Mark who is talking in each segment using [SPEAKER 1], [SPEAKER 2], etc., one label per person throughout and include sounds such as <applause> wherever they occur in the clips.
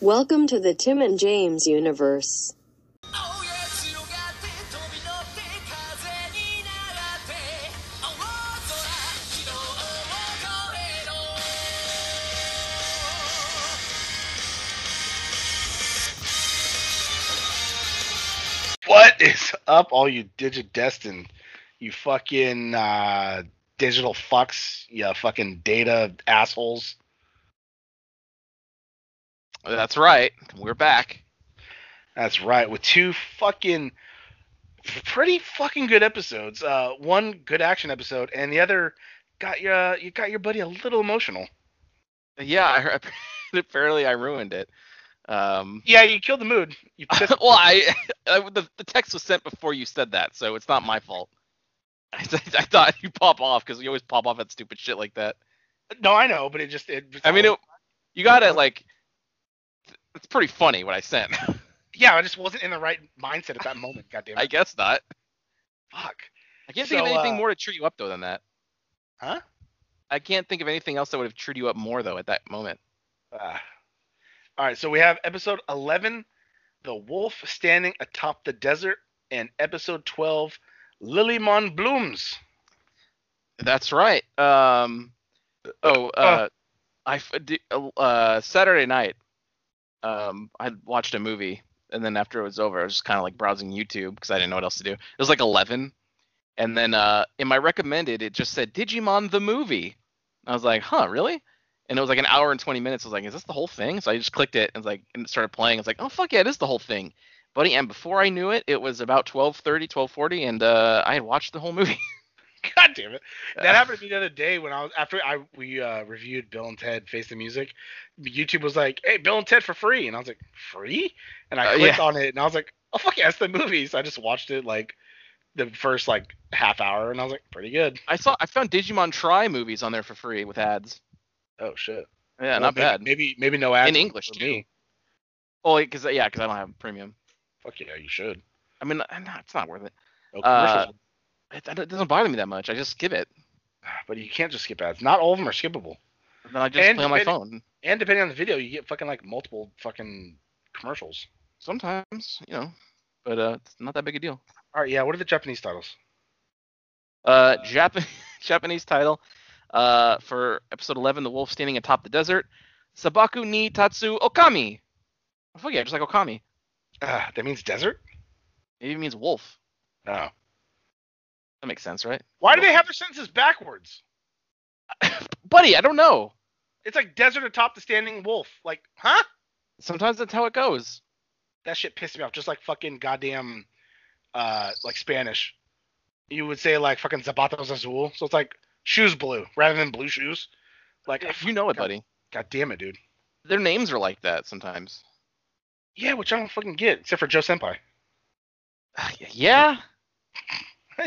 [SPEAKER 1] Welcome to the Tim and James universe.
[SPEAKER 2] Oh yes 強がって飛び乗って風になって青空昨日を超えろ
[SPEAKER 3] What is up, all you digidestined, you fucking uh, digital fucks, you fucking data assholes?
[SPEAKER 4] That's right. We're back.
[SPEAKER 3] That's right, with two fucking pretty fucking good episodes. Uh, one good action episode, and the other got your you got your buddy a little emotional.
[SPEAKER 4] Yeah, I, heard- <laughs> apparently I ruined it. Um, <laughs>
[SPEAKER 3] Yeah, you killed the mood. You pissed.
[SPEAKER 4] well, I, <laughs> I the, the text was sent before you said that, so it's not my fault. <laughs> I, I thought you pop off because you always pop off at stupid shit like that.
[SPEAKER 3] no, I know, but it just it.
[SPEAKER 4] I mean, it, you got to like. It's pretty funny what I sent. <laughs>
[SPEAKER 3] yeah, I just wasn't in the right mindset at that moment. God damn
[SPEAKER 4] I
[SPEAKER 3] it!
[SPEAKER 4] guess not.
[SPEAKER 3] Fuck.
[SPEAKER 4] I can't think of
[SPEAKER 3] So,
[SPEAKER 4] anything
[SPEAKER 3] uh,
[SPEAKER 4] more to cheer you up though than that.
[SPEAKER 3] Huh?
[SPEAKER 4] I can't think of anything else that would have cheered you up more though at that moment.
[SPEAKER 3] Ah. all right, so we have episode 11, The Wolf Standing Atop the Desert, and episode 12, Lilymon Blooms. <laughs>
[SPEAKER 4] That's right. Um, oh, uh, I f- d- uh, Saturday night, um, I watched a movie, and then after it was over, I was just kind of like browsing YouTube because I didn't know what else to do. It was like eleven, and then uh, in my recommended, it just said Digimon the movie. And I was like, huh, really? And it was like an hour and twenty minutes. I was like, is this the whole thing? So I just clicked it and like and it started playing. I was like, oh fuck yeah, it is the whole thing, buddy. And before I knew it, it was about 12:30, 12:40, and uh, I had watched the whole <laughs> movie.
[SPEAKER 3] God damn it.
[SPEAKER 4] Ah.
[SPEAKER 3] That happened to me the other day when I was after I we uh, reviewed Bill and Ted Face the Music. YouTube was like, "Hey, Bill and Ted for free," and I was like, "Free?" And I
[SPEAKER 4] Uh,
[SPEAKER 3] clicked
[SPEAKER 4] yeah.
[SPEAKER 3] on it, and I was like, "Oh fuck, yeah, it's the movie." So I just watched it like the first like half hour, and I was like, "Pretty good."
[SPEAKER 4] I saw I found Digimon Try movies on there for free with ads.
[SPEAKER 3] Oh shit.
[SPEAKER 4] Yeah,
[SPEAKER 3] Well,
[SPEAKER 4] not
[SPEAKER 3] maybe,
[SPEAKER 4] bad.
[SPEAKER 3] Maybe maybe no ads
[SPEAKER 4] In English,
[SPEAKER 3] for me.
[SPEAKER 4] Oh, because yeah, because I don't have premium.
[SPEAKER 3] Fuck yeah, you should.
[SPEAKER 4] I mean, i it's not worth it.
[SPEAKER 3] No
[SPEAKER 4] Uh,
[SPEAKER 3] commercials
[SPEAKER 4] it. It doesn't bother me that much. I just skip it,
[SPEAKER 3] But you can't just skip ads. Not all of them are skippable.
[SPEAKER 4] and then I just
[SPEAKER 3] And
[SPEAKER 4] play on my
[SPEAKER 3] it-
[SPEAKER 4] phone.
[SPEAKER 3] And depending on the video, you get fucking like multiple fucking commercials.
[SPEAKER 4] Sometimes, you know, but uh, it's not that big a deal.
[SPEAKER 3] All right, yeah. What are the Japanese titles?
[SPEAKER 4] Uh, Jap- <laughs> Japanese title uh, for episode 11, The Wolf Standing Atop the Desert, Sabaku ni Tatsu Okami. Oh, fuck yeah, just like Okami.
[SPEAKER 3] Ah, that means desert.
[SPEAKER 4] Maybe it means wolf.
[SPEAKER 3] Oh.
[SPEAKER 4] That makes sense, right?
[SPEAKER 3] Why do they have their sentences backwards?
[SPEAKER 4] Buddy, I don't know.
[SPEAKER 3] It's like desert atop the standing wolf. Like, huh?
[SPEAKER 4] Sometimes that's how it goes.
[SPEAKER 3] That shit pissed me off. Just like fucking goddamn, uh, like Spanish. You would say like fucking zapatos azul, so it's like shoes blue rather than blue shoes. Like,
[SPEAKER 4] You know it,
[SPEAKER 3] God-
[SPEAKER 4] buddy.
[SPEAKER 3] God damn it, dude.
[SPEAKER 4] their names are like that sometimes.
[SPEAKER 3] Yeah, which I don't fucking get, except for Joe Senpai. <laughs>
[SPEAKER 4] Uh, Yeah.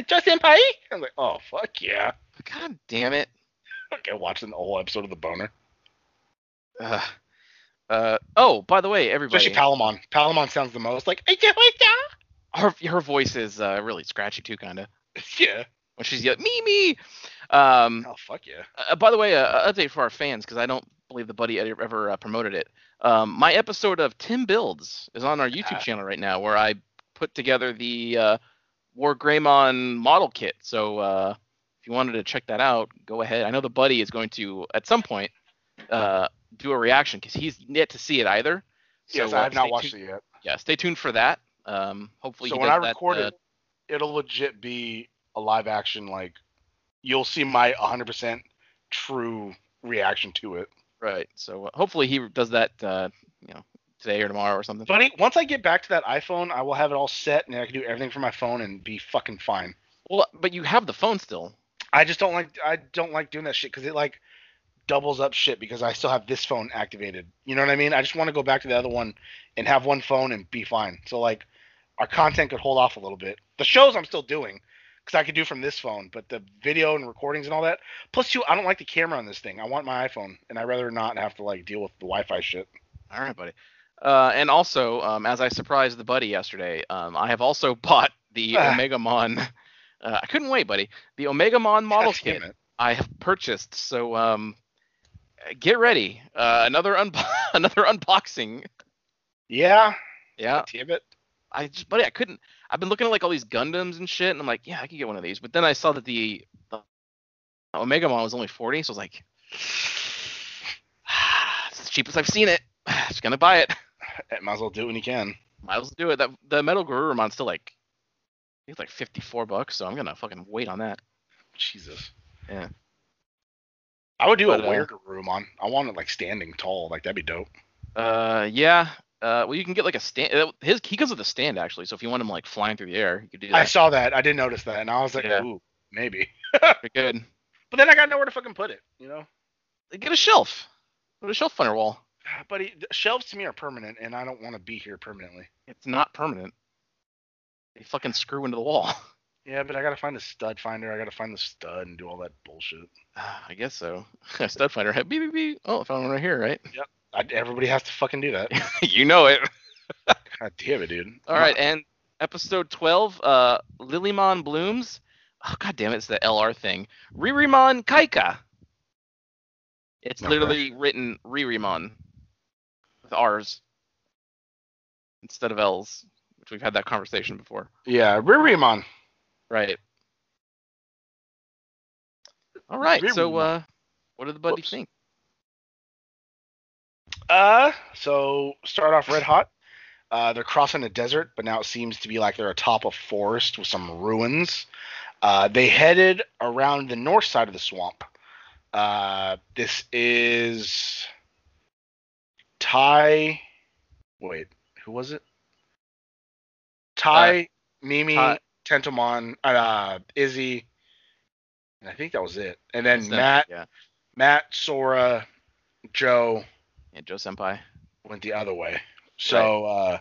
[SPEAKER 3] Joe Senpai? I'm like, oh fuck yeah.
[SPEAKER 4] God damn it.
[SPEAKER 3] Okay, watch an whole episode of The Boner.
[SPEAKER 4] Ugh. Uh, oh, by the way, everybody,
[SPEAKER 3] Especially Palamon. Palamon sounds the most like, I can't wait down.
[SPEAKER 4] her, her voice is uh, really scratchy too, kind of.
[SPEAKER 3] <laughs> Yeah.
[SPEAKER 4] When she's yelling, me, me. Um,
[SPEAKER 3] Oh, fuck yeah.
[SPEAKER 4] uh, by the way, uh, update for our fans, because I don't believe the buddy ever, ever uh, promoted it. Um, my episode of Tim Builds is on our YouTube
[SPEAKER 3] Ah.
[SPEAKER 4] channel right now, where I put together the uh, War Greymon model kit. So uh, if you wanted to check that out, go ahead. I know the buddy is going to at some point uh, do a reaction because he's yet to see it either.
[SPEAKER 3] yes,
[SPEAKER 4] So,
[SPEAKER 3] I
[SPEAKER 4] uh,
[SPEAKER 3] have not
[SPEAKER 4] stay
[SPEAKER 3] watched
[SPEAKER 4] tuned-
[SPEAKER 3] it yet.
[SPEAKER 4] Yeah, stay tuned for that. Um, hopefully,
[SPEAKER 3] So
[SPEAKER 4] he
[SPEAKER 3] when
[SPEAKER 4] does
[SPEAKER 3] I
[SPEAKER 4] that,
[SPEAKER 3] record
[SPEAKER 4] uh,
[SPEAKER 3] it, it'll legit be a live action, like, you'll see my 100% true reaction to it.
[SPEAKER 4] right. So uh, hopefully he does that, uh, you know, today or tomorrow or something.
[SPEAKER 3] Buddy, once I get back to that iPhone, I will have it all set and I can do everything from my phone and be fucking fine.
[SPEAKER 4] Well, but you have the phone still.
[SPEAKER 3] I just don't like I don't like doing that shit because it like doubles up shit because I still have this phone activated. You know what I mean? I just want to go back to the other one and have one phone and be fine. So like our content could hold off a little bit. The shows I'm still doing because I could do from this phone, but the video and recordings and all that. Plus two, I don't like the camera on this thing. I want my iPhone, and I'd rather not have to like deal with the Wi-Fi shit.
[SPEAKER 4] All right, buddy. Uh, and also, um, as I surprised the buddy yesterday, um, I have also <laughs> bought the
[SPEAKER 3] Ah.
[SPEAKER 4] Omega Mon. Uh, I couldn't wait, buddy. The Omega Mon
[SPEAKER 3] <laughs>
[SPEAKER 4] model
[SPEAKER 3] God damn
[SPEAKER 4] kit
[SPEAKER 3] it.
[SPEAKER 4] I have purchased. <laughs> So um, get ready. Uh, another un- another unboxing
[SPEAKER 3] Yeah.
[SPEAKER 4] Yeah.
[SPEAKER 3] Tibbet.
[SPEAKER 4] I just, buddy, I couldn't. I've been looking at like all these Gundams and shit, and I'm like, yeah, I could get one of these. But then I saw that the, the Omega Mon was only 40, so I was like, <sighs> it's the cheapest I've seen it. <sighs> just gonna buy it.
[SPEAKER 3] <sighs> Might as well do it when you can.
[SPEAKER 4] Might as well do it. That the Metal Garurumon's still like, I think it's like 54 bucks, so I'm gonna fucking wait on that.
[SPEAKER 3] Jesus.
[SPEAKER 4] Yeah.
[SPEAKER 3] I would do
[SPEAKER 4] But,
[SPEAKER 3] a
[SPEAKER 4] uh,
[SPEAKER 3] Wergarurumon. I want it like standing tall. Like that'd be dope.
[SPEAKER 4] Uh, yeah. Uh, well, you can get like a stand. His he comes with a stand actually, so if you want him like flying through the air, you could do
[SPEAKER 3] I
[SPEAKER 4] that.
[SPEAKER 3] saw that. I did notice that, and I was like,
[SPEAKER 4] Yeah.
[SPEAKER 3] ooh, maybe.
[SPEAKER 4] Pretty good.
[SPEAKER 3] But then I got nowhere to fucking put it. You know.
[SPEAKER 4] Get a shelf. Put a shelf on your wall.
[SPEAKER 3] But he, shelves to me are permanent, and I don't want to be here permanently.
[SPEAKER 4] It's not permanent. They fucking screw into the wall. <sighs>
[SPEAKER 3] Yeah, but I gotta find the stud finder. I gotta find the stud and do all that bullshit.
[SPEAKER 4] I guess so. <laughs> Stud finder. Beep beep beep. Oh, I found one right here, right? <laughs>
[SPEAKER 3] I, everybody has to fucking do that.
[SPEAKER 4] you know it.
[SPEAKER 3] God damn it, dude.
[SPEAKER 4] All right, and episode 12, uh, Lilymon Blooms. Oh, God damn it, it's the LR thing. Ririmon Kaika. It's
[SPEAKER 3] Okay.
[SPEAKER 4] literally written Ririmon with R's instead of L's, which we've had that conversation before.
[SPEAKER 3] Yeah, Ririmon.
[SPEAKER 4] Right. All right, so
[SPEAKER 3] Ririmon.
[SPEAKER 4] uh, what did the buddy
[SPEAKER 3] Whoops.
[SPEAKER 4] think?
[SPEAKER 3] Uh, so start off red hot. Uh, they're crossing a desert, but now it seems to be like they're atop a forest with some ruins. Uh, they headed around the north side of the swamp. Uh, this is Ty. Wait, who was it?
[SPEAKER 4] Uh,
[SPEAKER 3] Ty, Mimi,
[SPEAKER 4] Ty.
[SPEAKER 3] Tentomon, uh, Izzy, and I think that was it. And then
[SPEAKER 4] Is that-
[SPEAKER 3] Matt,
[SPEAKER 4] Yeah,
[SPEAKER 3] Matt, Sora, Joe,
[SPEAKER 4] yeah Joe Senpai. <laughs>
[SPEAKER 3] went the other way. So uh,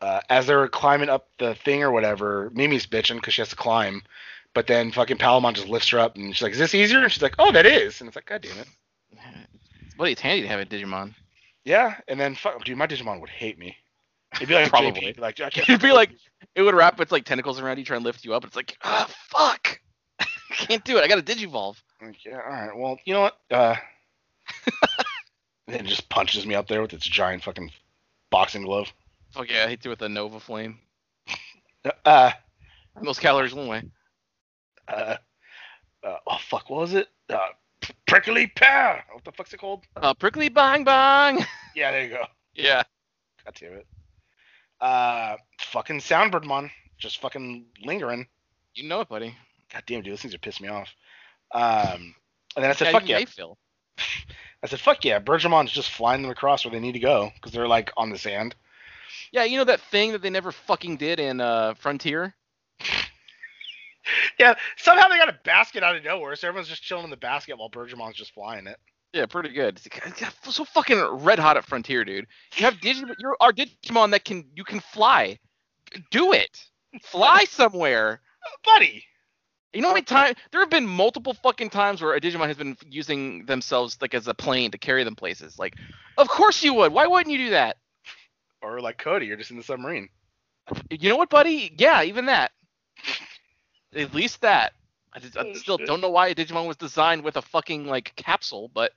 [SPEAKER 3] uh, as they were climbing up the thing or whatever, Mimi's bitching because she has to climb. But then fucking Palamon just lifts her up and she's like, "Is this easier?" And she's like, "Oh, that is." And it's like, "God damn it."
[SPEAKER 4] Buddy, it's handy to have a Digimon.
[SPEAKER 3] Yeah. And then fuck, dude, my Digimon would hate me. It'd be like
[SPEAKER 4] <laughs> Probably.
[SPEAKER 3] JP, like I can't.
[SPEAKER 4] It'd be like it would wrap its like tentacles around you, try and lift you up. It's like, ah, fuck, <laughs> can't do it. I got to digivolve.
[SPEAKER 3] Like, yeah, all right. Well, you know what?
[SPEAKER 4] <laughs>
[SPEAKER 3] Uh, and it just punches me up there with its giant fucking boxing glove.
[SPEAKER 4] Fuck yeah, I hit you with a Nova Flame.
[SPEAKER 3] Uh,
[SPEAKER 4] Most calories one way.
[SPEAKER 3] uh, uh, oh fuck, what was it? Uh, prickly pear. What the fuck's it called?
[SPEAKER 4] Uh, prickly bang bang. <laughs>
[SPEAKER 3] Yeah, there you go. <laughs>
[SPEAKER 4] yeah,
[SPEAKER 3] God damn it. Uh, fucking Soundbirdmon, just fucking lingering.
[SPEAKER 4] you know it, buddy.
[SPEAKER 3] God damn, dude, those things are pissing me off. Um, and then I said,
[SPEAKER 4] Yeah,
[SPEAKER 3] fuck
[SPEAKER 4] you
[SPEAKER 3] yeah.
[SPEAKER 4] may feel.
[SPEAKER 3] I said, fuck yeah. Bergemon's just flying them across where they need to go because they're like on the sand.
[SPEAKER 4] Yeah, you know that thing that they never fucking did in uh, Frontier.
[SPEAKER 3] <laughs> Yeah, somehow they got a basket out of nowhere, so everyone's just chilling in the basket while Bergemon's just flying it.
[SPEAKER 4] Yeah, pretty good. It's like, it's got- so fucking red hot at Frontier, dude. You have Digimon. You're our Digimon that can you can fly. Do it. Fly somewhere.
[SPEAKER 3] Buddy!
[SPEAKER 4] You know how many times there have been multiple fucking times where a Digimon has been using themselves like as a plane to carry them places. Like, of course you would. Why wouldn't you do that?
[SPEAKER 3] Or like Cody, you're just in the submarine.
[SPEAKER 4] You know what, buddy? Yeah, even that. At least that. I, just, I
[SPEAKER 3] Oh,
[SPEAKER 4] still
[SPEAKER 3] shit.
[SPEAKER 4] don't know why a Digimon was designed with a fucking like capsule, but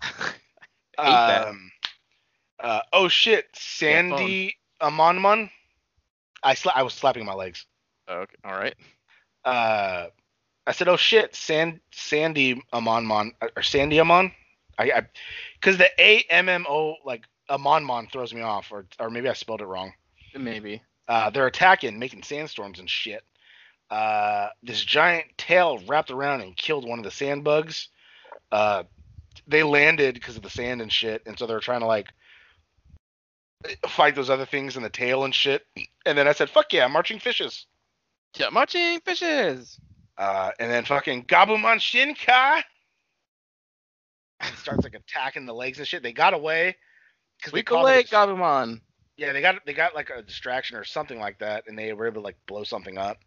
[SPEAKER 4] hate that.
[SPEAKER 3] Um, uh, oh shit, Sandy Amonmon. I, sla- I was slapping my legs.
[SPEAKER 4] Oh, okay, all right.
[SPEAKER 3] uh, I said, "Oh shit, San- Sandy Amonmon or Sandy Amon," I because the A M M O like Amonmon throws me off, or or maybe I spelled it wrong.
[SPEAKER 4] Maybe.
[SPEAKER 3] Uh, they're attacking, making sandstorms and shit. Uh, this giant tail wrapped around and killed one of the sand bugs. Uh, they landed because of the sand and shit, and so they're trying to like fight those other things in the tail and shit. And then I said, "Fuck yeah, marching fishes."
[SPEAKER 4] Yeah, marching fishes.
[SPEAKER 3] Uh, and then fucking Gabumon Shinkai <laughs> and starts like attacking the legs and shit. They got away because
[SPEAKER 4] Sweep the leg,
[SPEAKER 3] It,
[SPEAKER 4] Gabumon.
[SPEAKER 3] yeah, they got they got like a distraction or something like that, and they were able to like blow something up.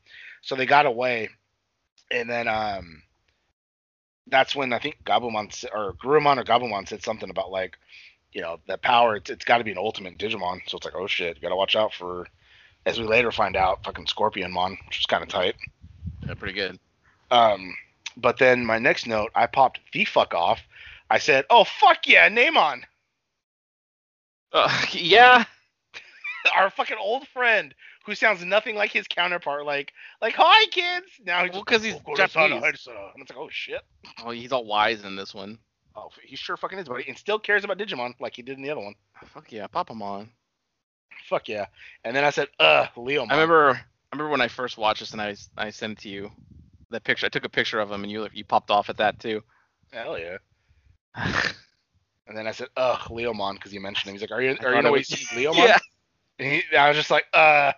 [SPEAKER 3] So they got away, and then um, that's when I think Gabumon s- or Gurumon or Gabumon said something about like, you know, that power. It's it's got to be an ultimate Digimon. So it's like, oh shit, you gotta watch out for. As we later find out, fucking Scorpionmon, which is kind of tight.
[SPEAKER 4] Yeah, pretty good.
[SPEAKER 3] Um, but then my next note, I popped the fuck off. I said, "Oh fuck yeah, Namon!"
[SPEAKER 4] Uh, <laughs> yeah.
[SPEAKER 3] Our fucking old friend who sounds nothing like his counterpart, like like hi kids. Now he's
[SPEAKER 4] Well, 'cause he's
[SPEAKER 3] "Go to Sana,
[SPEAKER 4] Japanese.
[SPEAKER 3] hi, Sana." and it's like oh shit.
[SPEAKER 4] Oh, he's all wise in this one.
[SPEAKER 3] Oh, he sure fucking is, buddy, and still cares about Digimon like he did in the other one.
[SPEAKER 4] Fuck yeah, Papamon.
[SPEAKER 3] Fuck yeah. And then I said, uh, Leo.
[SPEAKER 4] I remember. I remember when I first watched this, and I I sent it to you that picture. I took a picture of him, and you you popped off at that <laughs> too.
[SPEAKER 3] Hell yeah. And then I said, ugh, Leomon, because you mentioned him. He's like, are you
[SPEAKER 4] I
[SPEAKER 3] are you
[SPEAKER 4] thought it
[SPEAKER 3] always
[SPEAKER 4] was-
[SPEAKER 3] Leomon?
[SPEAKER 4] <laughs> yeah,
[SPEAKER 3] And he, I was just like, uh,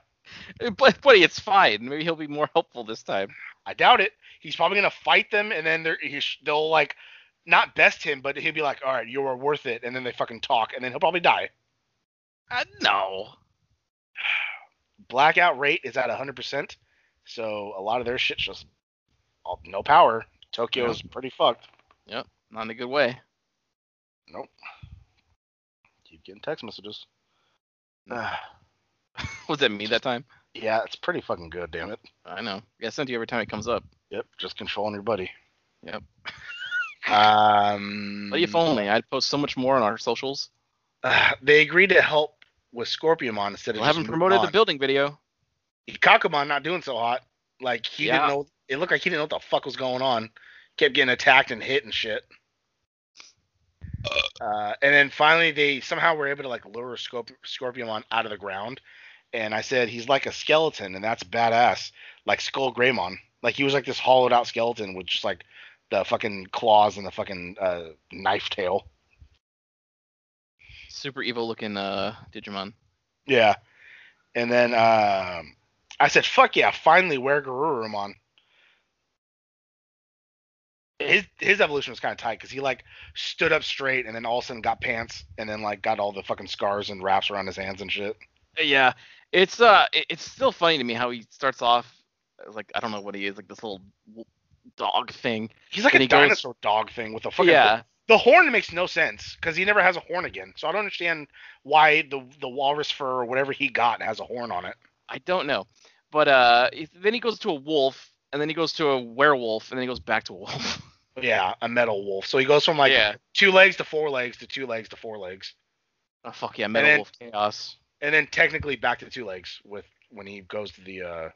[SPEAKER 4] but buddy, it's fine. Maybe he'll be more helpful this time.
[SPEAKER 3] I doubt it. He's probably gonna fight them, and then they're, he, sh- they'll like not best him, but he'll be like, all right, you are worth it. And then they fucking talk, and then he'll probably die.
[SPEAKER 4] Uh, no.
[SPEAKER 3] Blackout rate is at 100%, so a lot of their shit's just all, no power. Tokyo's pretty fucked.
[SPEAKER 4] Not in a good way. <laughs>
[SPEAKER 3] Keep getting text messages.
[SPEAKER 4] Mm.
[SPEAKER 3] Ah,
[SPEAKER 4] Was that me that time?
[SPEAKER 3] yeah, it's pretty fucking good, damn it.
[SPEAKER 4] I know. Yeah, I sent you every time it comes up.
[SPEAKER 3] Yep, just controlling your buddy.
[SPEAKER 4] Yep.
[SPEAKER 3] um,
[SPEAKER 4] But if only I'd post so much more on our socials.
[SPEAKER 3] Uh, they agreed to help with Scorpion instead of
[SPEAKER 4] We'll
[SPEAKER 3] just
[SPEAKER 4] have him promoted
[SPEAKER 3] moving
[SPEAKER 4] the building video.
[SPEAKER 3] on. Kakumon not doing so hot. Like he
[SPEAKER 4] Yeah.
[SPEAKER 3] didn't know. It looked like he didn't know what the fuck was going on. Kept getting attacked and hit and shit. Uh, and then finally, they somehow were able to like lure Scorp- Scorpion out of the ground. And I said he's like a skeleton, and that's badass. Like Skull Greymon. Like he was like this hollowed out skeleton with just like the fucking claws and the fucking uh, knife tail.
[SPEAKER 4] Super evil looking uh Digimon.
[SPEAKER 3] Yeah. And then um, I said, "Fuck yeah! Finally, wear Garurumon." His his evolution was kind of tight because he like stood up straight and then all of a sudden got pants and then like got all the fucking scars and wraps around his hands and shit.
[SPEAKER 4] Yeah, it's uh, it- it's still funny to me how he starts off as, like I don't know what he is, like this little w- dog thing.
[SPEAKER 3] He's like
[SPEAKER 4] And
[SPEAKER 3] a
[SPEAKER 4] he goes-
[SPEAKER 3] dinosaur dog thing with a fucking
[SPEAKER 4] yeah,
[SPEAKER 3] The horn makes no sense because he never has a horn again, so I don't understand why the the walrus fur or whatever he got has a horn on it.
[SPEAKER 4] I don't know, but uh, if- then he goes to a wolf, and then he goes to a werewolf, and then he goes back to a wolf. <laughs>
[SPEAKER 3] Yeah, a metal wolf. So he goes from like
[SPEAKER 4] yeah,
[SPEAKER 3] two legs to four legs to two legs to four legs.
[SPEAKER 4] oh, fuck yeah, metal
[SPEAKER 3] then-
[SPEAKER 4] wolf chaos.
[SPEAKER 3] and then technically back to two legs with when he goes to the uh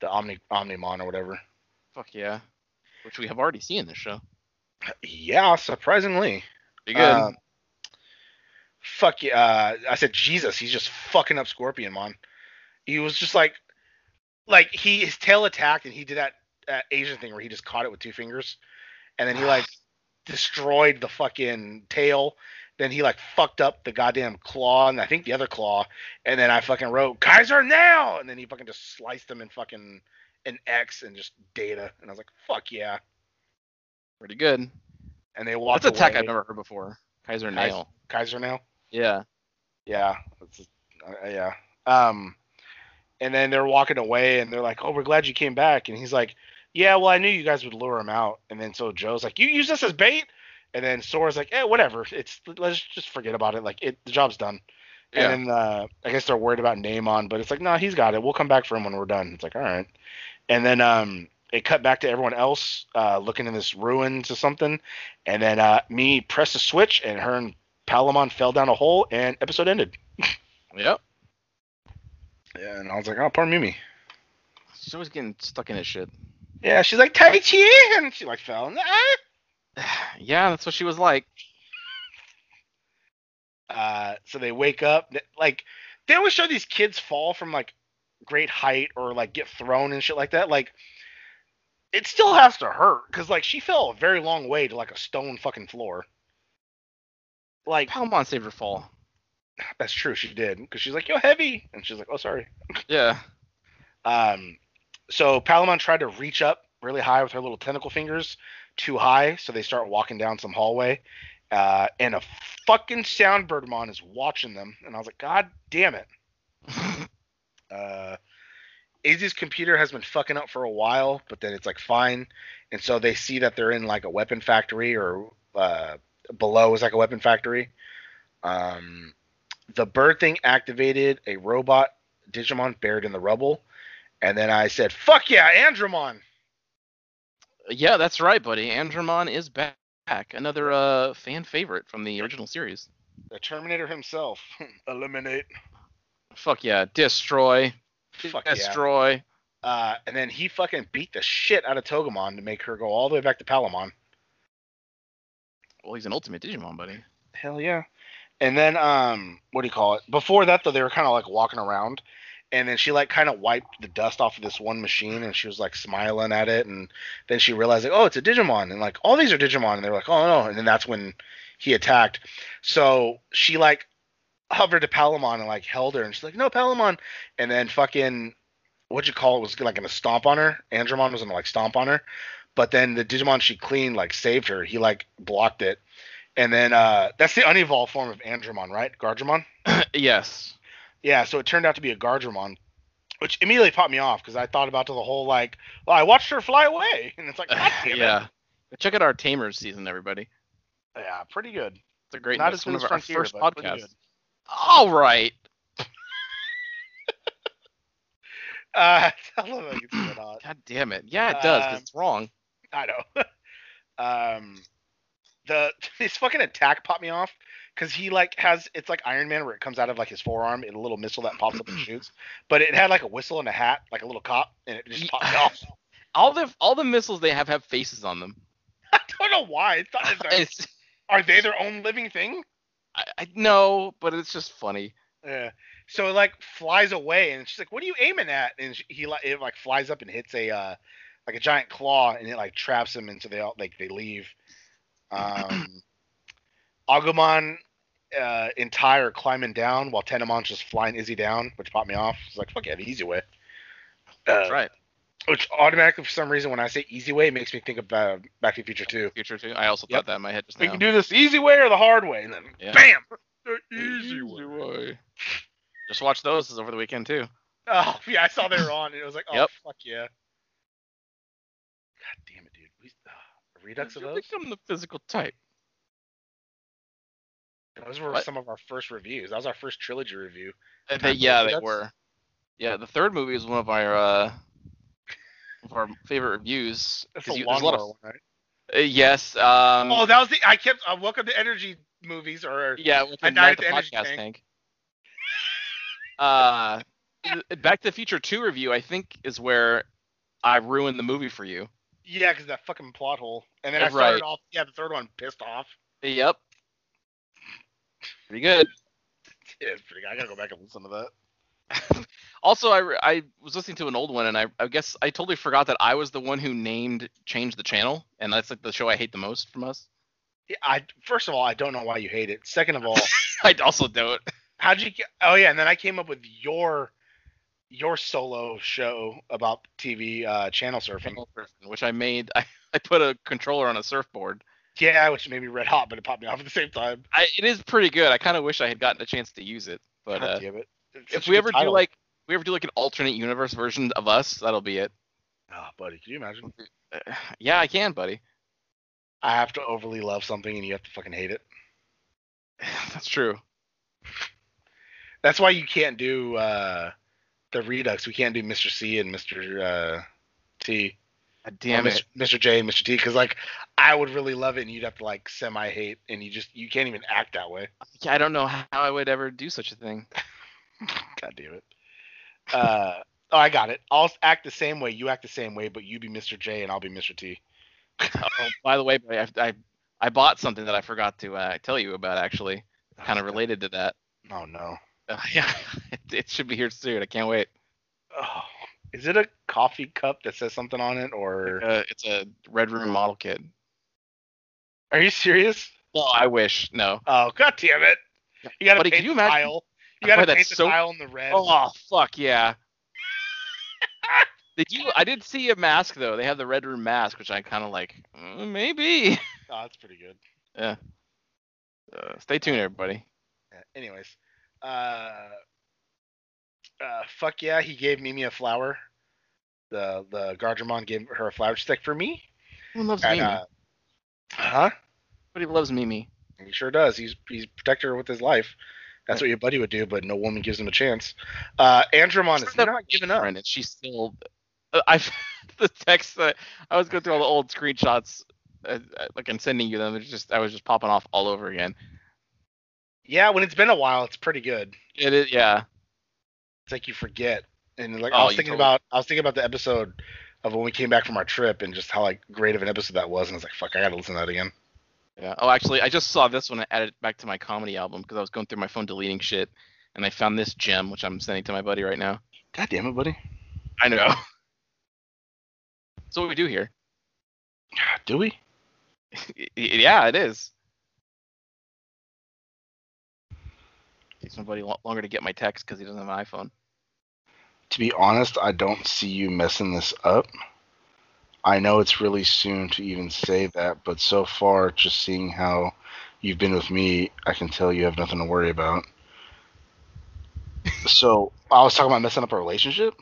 [SPEAKER 3] the omni omnimon or whatever
[SPEAKER 4] Fuck yeah, which we have already seen in this show.
[SPEAKER 3] yeah surprisingly
[SPEAKER 4] Pretty good.
[SPEAKER 3] Uh, fuck yeah uh, i said jesus he's just fucking up scorpion mon he was just like like he his tail attacked and he did that, that asian thing where he just caught it with two fingers and then he
[SPEAKER 4] <sighs>
[SPEAKER 3] like destroyed the fucking tail then he like fucked up the goddamn claw and i think the other claw and then i fucking wrote kaiser now and then he fucking just sliced him in fucking an x and just data and i was like fuck yeah
[SPEAKER 4] Pretty good.
[SPEAKER 3] and they walked
[SPEAKER 4] That's a tech
[SPEAKER 3] away.
[SPEAKER 4] I've never heard before. Kaiser
[SPEAKER 3] Kais-
[SPEAKER 4] nail.
[SPEAKER 3] kaiser now
[SPEAKER 4] Yeah.
[SPEAKER 3] Yeah, it's, uh, yeah. Um, and then they're walking away, and they're like, "Oh, we're glad you came back." And he's like, "Yeah, well, I knew you guys would lure him out." And then so Joe's like, "You use this as bait," and then Sora's like, "Eh, whatever. It's let's just forget about it. Like, it the job's done."
[SPEAKER 4] Yeah.
[SPEAKER 3] And then uh, I guess they're worried about Namon, but it's like, no, he's got it. We'll come back for him when we're done. It's like, all right. And then um, it cut back to everyone else uh, looking in this ruins or something. And then uh, me pressed a switch, and her and Palamon fell down a hole, and episode ended.
[SPEAKER 4] Yep.
[SPEAKER 3] Yeah, and I was like, oh, poor Mimi.
[SPEAKER 4] She's always getting stuck in his shit.
[SPEAKER 3] Yeah, she's like Tai Chi, and she like fell. And, ah!
[SPEAKER 4] yeah, that's what she was like.
[SPEAKER 3] Uh, so they wake up. th- Like they always show these kids fall from like great height or like get thrown and shit like that. Like it still has to hurt because like she fell a very long way to like a stone fucking floor. Like
[SPEAKER 4] Palmon saved her fall.
[SPEAKER 3] that's true, she did because she's like, "Yo, heavy," and she's like, "Oh, sorry."
[SPEAKER 4] Yeah.
[SPEAKER 3] Um, so Palamon tried to reach up really high with her little tentacle fingers, too high, so they start walking down some hallway. Uh, and a fucking soundbirdmon is watching them, and I was like, God damn it. Uh, Izzy's computer has been fucking up for a while, but then it's like fine, and so they see that they're in like a weapon factory or uh, below is like a weapon factory. Um, the bird thing activated a robot Digimon buried in the rubble, and then I said, "Fuck yeah, Andromon!"
[SPEAKER 4] Yeah, that's right, buddy. Andromon is back. Another uh, fan favorite from the original series.
[SPEAKER 3] The Terminator himself. <laughs> Eliminate.
[SPEAKER 4] Fuck yeah, destroy,
[SPEAKER 3] Fuck yeah.
[SPEAKER 4] destroy.
[SPEAKER 3] Uh, and then he fucking beat the shit out of Togemon to make her go all the way back to Palamon.
[SPEAKER 4] Well, he's an ultimate Digimon, buddy.
[SPEAKER 3] Hell yeah. And then um what do you call it? Before that though they were kinda like walking around and then she like kinda wiped the dust off of this one machine and she was like smiling at it and then she realized like, oh it's a Digimon and like all these are Digimon and they were like, Oh no and then that's when he attacked. So she like hovered to Palamon and like held her and she's like, No Palamon and then fucking what'd you call it was like gonna stomp on her. Andromon was gonna like stomp on her. But then the Digimon she cleaned like saved her. He like blocked it. And then uh, that's the unevolved form of Andromon, right? Gargemon?
[SPEAKER 4] <laughs> yes. <laughs>
[SPEAKER 3] Yeah, so it turned out to be a Gargemon, which immediately popped me off because I thought about to the whole like, well, I watched her fly away, <laughs> and
[SPEAKER 4] <laughs>
[SPEAKER 3] it's like, God damn it.
[SPEAKER 4] yeah. Check out our Tamers season, everybody.
[SPEAKER 3] yeah, pretty good.
[SPEAKER 4] It's a great.
[SPEAKER 3] Not
[SPEAKER 4] it's
[SPEAKER 3] as
[SPEAKER 4] one
[SPEAKER 3] good
[SPEAKER 4] of
[SPEAKER 3] as
[SPEAKER 4] our
[SPEAKER 3] Frontier,
[SPEAKER 4] first
[SPEAKER 3] but pretty
[SPEAKER 4] podcast.
[SPEAKER 3] good.
[SPEAKER 4] All right.
[SPEAKER 3] Uh, <laughs> I love how you can see that out.
[SPEAKER 4] God damn it. Yeah, it does. 'cause
[SPEAKER 3] Um,
[SPEAKER 4] it's wrong.
[SPEAKER 3] I know. <laughs> um, the <laughs> his fucking attack popped me off because he like has it's like Iron Man where it comes out of like his forearm and a little missile that pops up and shoots, but it had like a whistle and a hat, like a little cop, and it
[SPEAKER 4] <laughs>
[SPEAKER 3] just
[SPEAKER 4] Ye-
[SPEAKER 3] popped me off.
[SPEAKER 4] All the all the missiles they have have faces on <laughs> them.
[SPEAKER 3] I don't know why. It's not, it's not-
[SPEAKER 4] <laughs> It's,
[SPEAKER 3] are they their own living thing?
[SPEAKER 4] I, I no, but it's just funny.
[SPEAKER 3] Yeah. So it like flies away, and she's like, "What are you aiming at?" And she, he like it like flies up and hits a uh, like a giant claw, and it like traps him, and so they all like they leave. Um, <clears throat> Agumon uh, and Tai are climbing down while Tenemon's just flying Izzy down, which popped me off. It's like, "Fuck yeah, the easy way."
[SPEAKER 4] That's
[SPEAKER 3] Uh,
[SPEAKER 4] right.
[SPEAKER 3] Which automatically, for some reason, when I say easy way, it makes me think about Back to the Future too.
[SPEAKER 4] Future too. I also
[SPEAKER 3] Yep.
[SPEAKER 4] thought that in my head just
[SPEAKER 3] We
[SPEAKER 4] now.
[SPEAKER 3] can do this the easy way or the hard way, and then
[SPEAKER 4] Yeah.
[SPEAKER 3] bam, the
[SPEAKER 4] The
[SPEAKER 3] easy way.
[SPEAKER 4] way. Just watch those over the weekend too.
[SPEAKER 3] Oh yeah, I saw they were on, and it was like, oh
[SPEAKER 4] Yep.
[SPEAKER 3] fuck yeah. God damn it, dude. We, uh, redux of
[SPEAKER 4] You
[SPEAKER 3] those.
[SPEAKER 4] Become the physical type.
[SPEAKER 3] Those were
[SPEAKER 4] What?
[SPEAKER 3] some of our first reviews. That was our first trilogy review.
[SPEAKER 4] Uh,
[SPEAKER 3] Time
[SPEAKER 4] they- yeah,
[SPEAKER 3] for
[SPEAKER 4] they
[SPEAKER 3] Redux?
[SPEAKER 4] were. Yeah, the third movie is one of our uh, of our favorite reviews.
[SPEAKER 3] That's
[SPEAKER 4] 'cause
[SPEAKER 3] a
[SPEAKER 4] you- there's
[SPEAKER 3] long
[SPEAKER 4] a lot
[SPEAKER 3] one,
[SPEAKER 4] of-
[SPEAKER 3] right?
[SPEAKER 4] uh, yes. Um,
[SPEAKER 3] Oh, that was the I kept. Uh, welcome to Energy movies or
[SPEAKER 4] yeah, with
[SPEAKER 3] I died
[SPEAKER 4] the Night
[SPEAKER 3] at
[SPEAKER 4] the
[SPEAKER 3] the energy
[SPEAKER 4] podcast
[SPEAKER 3] tank.
[SPEAKER 4] tank. Uh, th- Back to the Future Two review, I think, is where I ruined the movie for you.
[SPEAKER 3] yeah, because that fucking plot hole. And then I
[SPEAKER 4] Right.
[SPEAKER 3] started off. Yeah, the third one pissed off. <laughs>
[SPEAKER 4] Yep. Pretty good.
[SPEAKER 3] Yeah, it's pretty. Good. I gotta go back and listen to that.
[SPEAKER 4] Also, I, re- I was listening to an old one, and I, I guess I totally forgot that I was the one who named changed the channel, and that's like the show I hate the most from us. <laughs>
[SPEAKER 3] Yeah, I first of all, I don't know why you hate it. Second of all,
[SPEAKER 4] I also don't.
[SPEAKER 3] how'd you? get- Oh yeah, and then I came up with your your solo show about TV uh, channel surfing.
[SPEAKER 4] Channel person, which I made. <laughs> I, I put a controller on a surfboard.
[SPEAKER 3] Yeah, which may be red hot, but it popped me off at the same time.
[SPEAKER 4] I, it is pretty good. I kind of wish I had gotten a chance to use it, but
[SPEAKER 3] God
[SPEAKER 4] uh,
[SPEAKER 3] damn it. It's such
[SPEAKER 4] if
[SPEAKER 3] a
[SPEAKER 4] we
[SPEAKER 3] good
[SPEAKER 4] ever do
[SPEAKER 3] title.
[SPEAKER 4] like we ever do like an alternate universe version of us, that'll be it. <sighs>
[SPEAKER 3] oh, buddy, can you imagine?
[SPEAKER 4] Uh, yeah, I can, buddy. <sighs>
[SPEAKER 3] I have to overly love something and you have to fucking hate it.
[SPEAKER 4] That's true.
[SPEAKER 3] That's why you can't do uh, the Redux. We can't do Mr. C and Mr. Uh, T.
[SPEAKER 4] God
[SPEAKER 3] or
[SPEAKER 4] damn
[SPEAKER 3] Mr.
[SPEAKER 4] it.
[SPEAKER 3] Mr. J and Mr. T. Because like I would really love it and you'd have to like semi hate and you just you can't even act that way.
[SPEAKER 4] Yeah, I don't know how I would ever do such a thing.
[SPEAKER 3] God damn it. Uh, oh, I got it. I'll act the same way. You act the same way, but you be Mr. J and I'll be Mr. T.
[SPEAKER 4] Oh, by the way, buddy, I, I I bought something that I forgot to uh, tell you about actually, kind of related to that. <laughs>
[SPEAKER 3] Oh no.
[SPEAKER 4] Uh, yeah, <laughs> it, it should be here soon. I can't wait.
[SPEAKER 3] Oh, is it a coffee cup that says something on it, or
[SPEAKER 4] Uh, it's a Red Room model kit.
[SPEAKER 3] are you serious?
[SPEAKER 4] Well, I wish. No.
[SPEAKER 3] Oh, god damn it! You gotta
[SPEAKER 4] Buddy,
[SPEAKER 3] paint
[SPEAKER 4] can you
[SPEAKER 3] the
[SPEAKER 4] imagine-
[SPEAKER 3] tile. You
[SPEAKER 4] I
[SPEAKER 3] gotta
[SPEAKER 4] bet
[SPEAKER 3] paint
[SPEAKER 4] that's
[SPEAKER 3] the
[SPEAKER 4] so-
[SPEAKER 3] tile in the red.
[SPEAKER 4] Oh fuck yeah. Did you? I did see a mask though. They have the red room mask, which I kind of like. "Mm, maybe. <laughs>
[SPEAKER 3] Oh, that's pretty good.
[SPEAKER 4] Uh, stay tuned, everybody.
[SPEAKER 3] Yeah, Anyways, uh, uh, fuck yeah, he gave Mimi a flower. The the Gargemon gave her a flower. She's like, for me?
[SPEAKER 4] Who loves
[SPEAKER 3] And,
[SPEAKER 4] Mimi?
[SPEAKER 3] uh, huh?
[SPEAKER 4] Everybody loves Mimi.
[SPEAKER 3] He sure does. He's he's protected her with his life. That's what your buddy would do, but no woman gives him a chance. Uh, Andromon is
[SPEAKER 4] She's not
[SPEAKER 3] not giving up.
[SPEAKER 4] Friend, and she's still. Uh, <laughs> I the text that I was going through all the old screenshots, uh, uh, like I'm sending you them. It's just I was just popping off all over again.
[SPEAKER 3] Yeah, when it's been a while, it's pretty good.
[SPEAKER 4] It is, yeah.
[SPEAKER 3] It's like you forget, and like
[SPEAKER 4] Oh,
[SPEAKER 3] I was
[SPEAKER 4] you
[SPEAKER 3] thinking
[SPEAKER 4] totally-
[SPEAKER 3] about, I was thinking about the episode of when we came back from our trip and just how like great of an episode that was, and I was like, fuck, I gotta listen to that again.
[SPEAKER 4] Yeah. Oh, actually, I just saw this one and added it back to my comedy album because I was going through my phone deleting shit, and I found this gem, which I'm sending to my buddy right now.
[SPEAKER 3] God damn it, buddy.
[SPEAKER 4] <laughs> I know. That's what we do here.
[SPEAKER 3] Do we?
[SPEAKER 4] Y- y- yeah, it is. Takes my buddy lo- longer to get my text because he doesn't have an iPhone. <laughs>
[SPEAKER 3] To be honest, I don't see you messing this up. I know it's really soon to even say that, but so far, just seeing how you've been with me, I can tell you have nothing to worry about. so I was talking about messing up a relationship.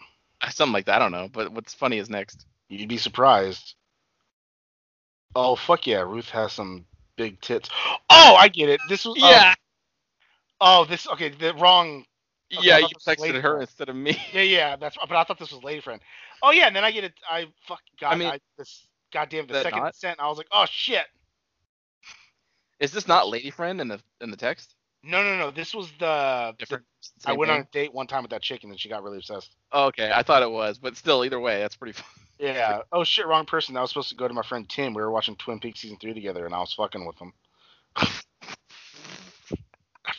[SPEAKER 4] Something like that. I don't know. But what's funny is next.
[SPEAKER 3] You'd be surprised. Oh fuck yeah, Ruth has some big tits. Oh, I get it. This was Oh, oh, this okay. The wrong. Okay,
[SPEAKER 4] yeah,
[SPEAKER 3] I
[SPEAKER 4] you
[SPEAKER 3] thought this was
[SPEAKER 4] texted
[SPEAKER 3] later.
[SPEAKER 4] her instead of me.
[SPEAKER 3] Yeah, yeah. That's. But I thought this was lady friend. Oh yeah, and then I get it. I fuck. God,
[SPEAKER 4] I
[SPEAKER 3] I
[SPEAKER 4] mean-
[SPEAKER 3] this goddamn the
[SPEAKER 4] That
[SPEAKER 3] second
[SPEAKER 4] not?
[SPEAKER 3] sent. I was like, oh shit.
[SPEAKER 4] <laughs> Is this not lady friend in the in the text?
[SPEAKER 3] No, no, no. This was the.
[SPEAKER 4] Different.
[SPEAKER 3] the- I
[SPEAKER 4] same
[SPEAKER 3] went
[SPEAKER 4] thing?
[SPEAKER 3] on a date one time with that chick, and then she got really obsessed.
[SPEAKER 4] Oh, Okay, I thought it was, but still, either way, that's pretty fun. <laughs>
[SPEAKER 3] Yeah. Oh shit, wrong person. I was supposed to go to my friend Tim. We were watching Twin Peaks season three together, and I was fucking with him. <laughs> I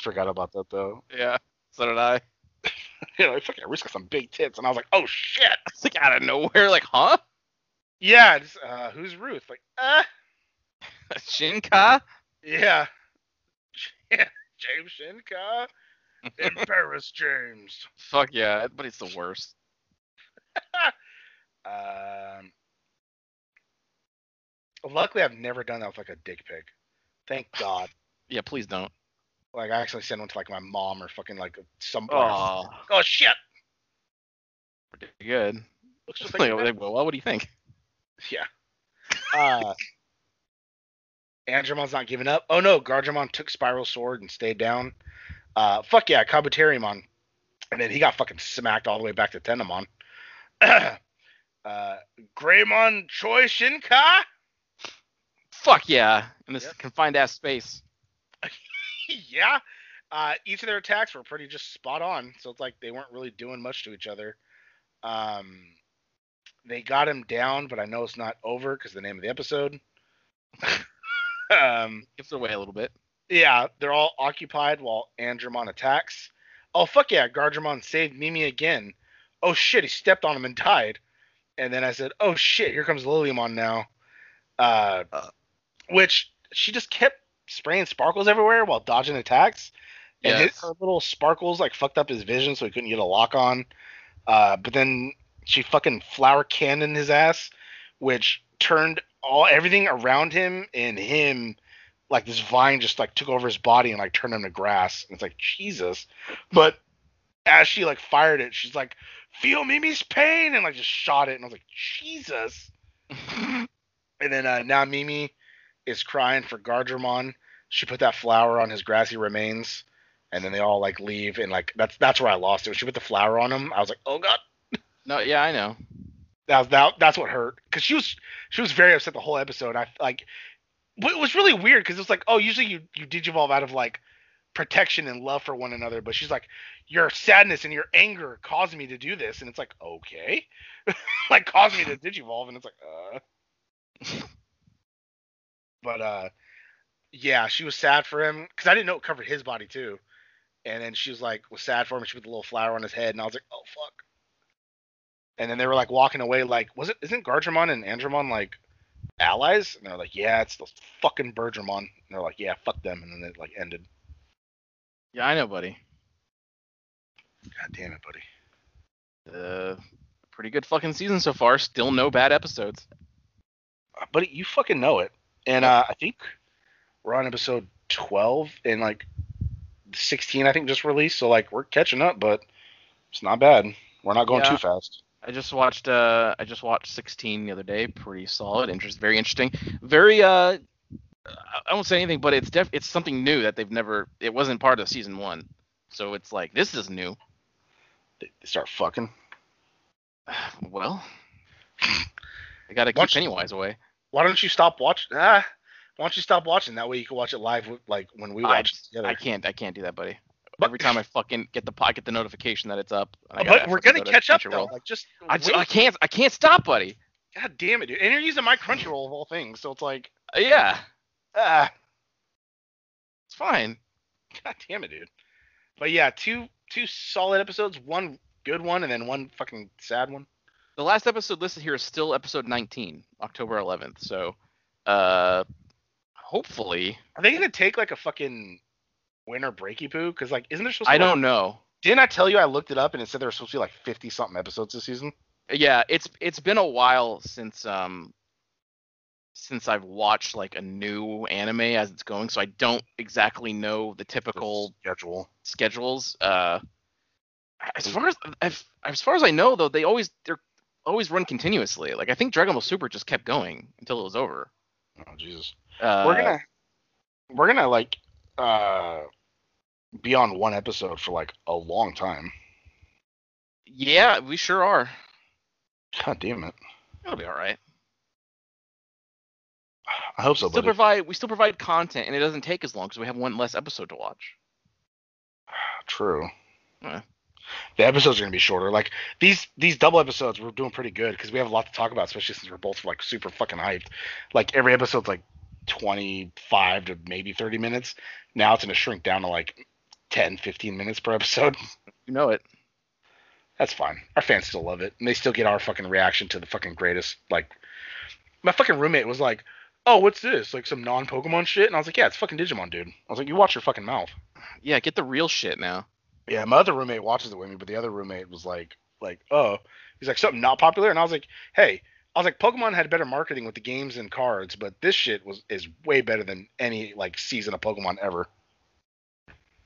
[SPEAKER 3] forgot about that though. <laughs>
[SPEAKER 4] Yeah, so did I. <laughs>
[SPEAKER 3] you know, I fucking risk some big tits, and I was like, oh shit.
[SPEAKER 4] It's like out of nowhere, like, huh? <laughs>
[SPEAKER 3] Yeah, it's, uh, who's Ruth? Like, uh,
[SPEAKER 4] Shinka?
[SPEAKER 3] yeah, <laughs> yeah, James Shinka in Paris, James.
[SPEAKER 4] Fuck yeah, but it's the worst.
[SPEAKER 3] Um, luckily I've never done that with like a dick pic. Thank God.
[SPEAKER 4] Yeah, please don't.
[SPEAKER 3] Like I actually sent one to like my mom or fucking like some.
[SPEAKER 4] Oh,
[SPEAKER 3] oh shit!
[SPEAKER 4] pretty good. <laughs>
[SPEAKER 3] Looks
[SPEAKER 4] Just
[SPEAKER 3] just
[SPEAKER 4] like,
[SPEAKER 3] like that.
[SPEAKER 4] well, what do you think?
[SPEAKER 3] yeah. Uh, Andromon's not giving up. Oh no, Garjamon took Spiral Sword and stayed down. Uh, fuck yeah, Kabuterimon. And then he got fucking smacked all the way back to Tenemon. <clears throat> uh, Greymon Choi Shinka?
[SPEAKER 4] Fuck yeah, in this
[SPEAKER 3] Yep.
[SPEAKER 4] confined ass space.
[SPEAKER 3] <laughs> yeah. Uh, each of their attacks were pretty just spot on, so it's like they weren't really doing much to each other. Um, they got him down, but I know it's not over because the name of the episode. <laughs> um,
[SPEAKER 4] Gives it away a little bit.
[SPEAKER 3] Yeah, they're all occupied while Andromon attacks. Oh fuck yeah, Gardramon saved Mimi again. Oh shit, he stepped on him and died. And then I said, Oh shit, here comes Liliumon now. Uh,
[SPEAKER 4] Uh.
[SPEAKER 3] which she just kept spraying sparkles everywhere while dodging attacks. And his,
[SPEAKER 4] Yes.
[SPEAKER 3] her little sparkles like fucked up his vision so he couldn't get a lock on. Uh, but then she fucking flower cannoned his ass, which turned all everything around him and him like this vine just like took over his body and like turned him to grass. And it's like Jesus, but as she like fired it, she's like, "Feel Mimi's pain," and like just shot it. And I was like, Jesus. And then uh, now Mimi is crying for Gardramon. She put that flower on his grassy remains, and then they all like leave. And like that's that's where I lost it. When she put the flower on him, I was like, "Oh God."
[SPEAKER 4] no, yeah, I know.
[SPEAKER 3] That was that, that's what hurt because she was she was very upset the whole episode. I like but it was really weird because it's like oh usually you you digivolve out of like protection and love for one another, but she's like your sadness and your anger caused me to do this, and it's like okay, <laughs> like caused me to digivolve, and it's like uh. <laughs> But uh, yeah, she was sad for him because I didn't know it covered his body too, and then she was like was sad for him. and She put the little flower on his head, and I was like oh fuck. And then they were like walking away, like, was it isn't Gargemon and Andromon like allies? And they're like, Yeah, it's those fucking Bergermon. And they're like, Yeah, fuck them and then it like ended.
[SPEAKER 4] Yeah, I know, buddy.
[SPEAKER 3] God damn it, buddy.
[SPEAKER 4] Uh, pretty good fucking season so far. Still no bad episodes.
[SPEAKER 3] Uh, buddy, you fucking know it. And uh I think we're on episode twelve and like sixteen I think just released, so like we're catching up, but it's not bad. We're not going
[SPEAKER 4] Yeah.
[SPEAKER 3] too fast.
[SPEAKER 4] I just watched uh I just watched 16 the other day. Pretty solid, interest, very interesting, very uh I- I won't say anything, but it's def it's something new that they've never it wasn't part of season one, so it's like this is new. <sighs>
[SPEAKER 3] They, they start fucking.
[SPEAKER 4] Well, <sighs> I gotta keep
[SPEAKER 3] Watch-
[SPEAKER 4] Pennywise away.
[SPEAKER 3] Why don't you stop watching ah Why don't you stop watching? That way you can watch it live, with, like when we
[SPEAKER 4] I
[SPEAKER 3] watch it
[SPEAKER 4] just-
[SPEAKER 3] together.
[SPEAKER 4] I can't. I can't do that, buddy.
[SPEAKER 3] But-
[SPEAKER 4] Every time I fucking get the po- I get the notification that it's up. and I gotta
[SPEAKER 3] but we're
[SPEAKER 4] fucking
[SPEAKER 3] gonna
[SPEAKER 4] go to
[SPEAKER 3] catch up though.
[SPEAKER 4] Crunchyroll.
[SPEAKER 3] Like just,
[SPEAKER 4] I, ju-
[SPEAKER 3] wait.
[SPEAKER 4] I can't. I can't stop, buddy.
[SPEAKER 3] God damn it, dude. And you're using my Crunchyroll of all things, so it's like,
[SPEAKER 4] Uh, Yeah,
[SPEAKER 3] ah, <laughs>
[SPEAKER 4] it's fine.
[SPEAKER 3] god damn it, dude. But yeah, two two solid episodes, one good one, and then one fucking sad one.
[SPEAKER 4] The last episode listed here is still episode 19, October 11th. So, uh, hopefully,
[SPEAKER 3] Are they gonna take like a fucking winter breaky poo? Because like, isn't there supposed? to
[SPEAKER 4] I
[SPEAKER 3] be-
[SPEAKER 4] don't know.
[SPEAKER 3] Didn't I tell you I looked it up and it said there were supposed to be like fifty something episodes this season?
[SPEAKER 4] Yeah, it's it's been a while since um since I've watched like a new anime as it's going, so I don't exactly know the typical
[SPEAKER 3] schedule.
[SPEAKER 4] schedules. Uh, as
[SPEAKER 3] Mm.
[SPEAKER 4] far as I've, as far as I know, though, they always they're always run continuously. Like I think Dragon Ball Super just kept going until it was over.
[SPEAKER 3] Oh Jesus.
[SPEAKER 4] Uh,
[SPEAKER 3] we're gonna we're gonna like uh be on one episode for like a long time.
[SPEAKER 4] yeah, we sure are.
[SPEAKER 3] God damn it.
[SPEAKER 4] It'll be all right.
[SPEAKER 3] I hope so,
[SPEAKER 4] still
[SPEAKER 3] buddy.
[SPEAKER 4] provide we still provide content, and it doesn't take as long because we have one less episode to watch.
[SPEAKER 3] True.
[SPEAKER 4] Yeah.
[SPEAKER 3] The episodes are gonna be shorter. Like these these double episodes, we're doing pretty good because we have a lot to talk about, especially since we're both like super fucking hyped. Like every episode's like twenty five to maybe thirty minutes. Now it's gonna shrink down to like 10, 15 minutes per episode. <laughs>
[SPEAKER 4] You know it.
[SPEAKER 3] That's fine. Our fans still love it, and they still get our fucking reaction to the fucking greatest. Like, my fucking roommate was like, "Oh, what's this? Like some non-Pokemon shit?" And I was like, "Yeah, it's fucking Digimon, dude." I was like, "You watch your fucking mouth."
[SPEAKER 4] Yeah, get the real shit now.
[SPEAKER 3] Yeah, my other roommate watches it with me, but the other roommate was like, like, oh, he's like something not popular, and I was like, hey, I was like, Pokemon had better marketing with the games and cards, but this shit was is way better than any like season of Pokemon ever.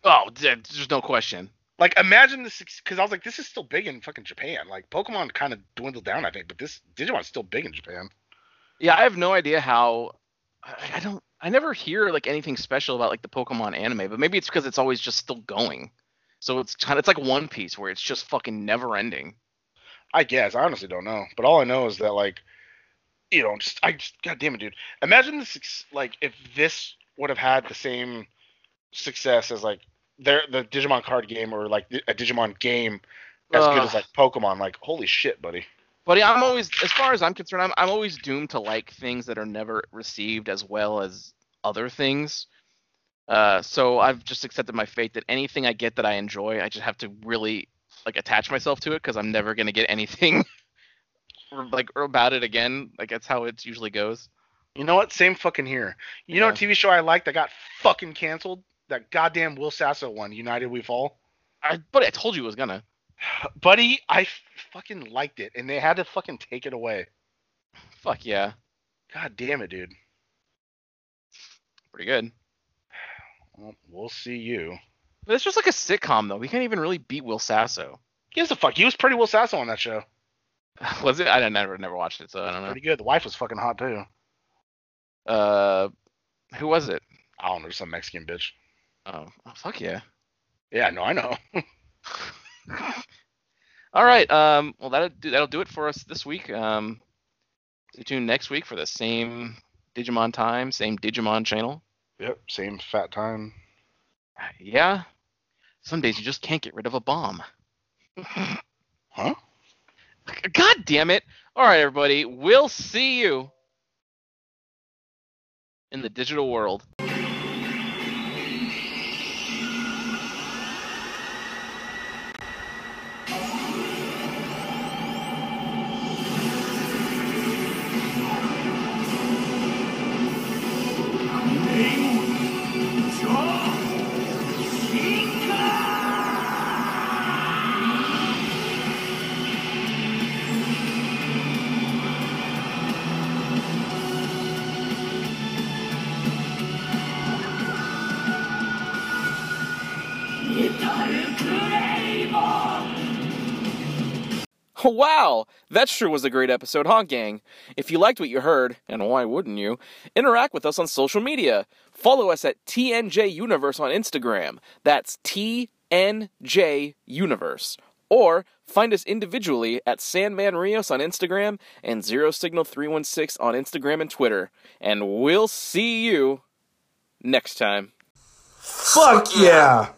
[SPEAKER 4] Oh, d- there's no question.
[SPEAKER 3] Like, imagine this because I was like, this is still big in fucking Japan. Like, Pokemon kind of dwindled down, I think, but this Digimon's still big in Japan.
[SPEAKER 4] Yeah, I have no idea how. I I don't. I never hear like anything special about like the Pokemon anime, but maybe it's because it's always just still going. So it's kind of it's like One Piece where it's just fucking never ending.
[SPEAKER 3] I guess I honestly don't know, but all I know is that like, you know, just I just god damn it, dude. Imagine this suc- like if this would have had the same success as like their the Digimon card game or like a Digimon game as good
[SPEAKER 4] Ugh.
[SPEAKER 3] as like Pokemon. Like holy shit, buddy.
[SPEAKER 4] But yeah, I'm always, as far as I'm concerned, I'm, I'm always doomed to like things that are never received as well as other things. Uh, so I've just accepted my fate that anything I get that I enjoy, I just have to really like attach myself to it because I'm never gonna get anything <laughs> like about it again. Like that's how it usually goes.
[SPEAKER 3] You know what? Same fucking here. You know
[SPEAKER 4] Yeah.
[SPEAKER 3] what TV show I liked that got fucking canceled? That goddamn Will Sasso one, United We Fall.
[SPEAKER 4] I, but I told you it was gonna.
[SPEAKER 3] Buddy, I f- fucking liked it, and they had to fucking take it away.
[SPEAKER 4] Fuck yeah,
[SPEAKER 3] God damn it, dude.
[SPEAKER 4] pretty good.
[SPEAKER 3] Well, we'll see you.
[SPEAKER 4] But it's just like a sitcom though. We can't even really beat Will Sasso. <laughs>
[SPEAKER 3] gives a fuck. He was pretty Will Sasso on that show.
[SPEAKER 4] was it? I don't- never never watched it, so I don't know.
[SPEAKER 3] Pretty good. The wife was fucking hot too.
[SPEAKER 4] Uh, who was it?
[SPEAKER 3] I don't know, some Mexican bitch.
[SPEAKER 4] Oh, oh fuck yeah.
[SPEAKER 3] Yeah, no, I know.
[SPEAKER 4] All right. Um, well, that'll do, that'll do it for us this week. Um, stay tuned next week for the same Digimon time, same Digimon channel.
[SPEAKER 3] yep, same fat time.
[SPEAKER 4] Yeah. Some days you just can't get rid of a bomb.
[SPEAKER 3] Huh?
[SPEAKER 4] God damn it. All right, everybody. We'll see you in the digital world. <laughs> Wow, that sure was a great episode, huh, gang? If you liked what you heard, and why wouldn't you, interact with us on social media. Follow us at TNJ Universe on Instagram. That's TNJ Universe. Or find us individually at Sandman Rios on Instagram and Zero Signal 316 on Instagram and Twitter. And we'll see you next time.
[SPEAKER 5] Fuck yeah.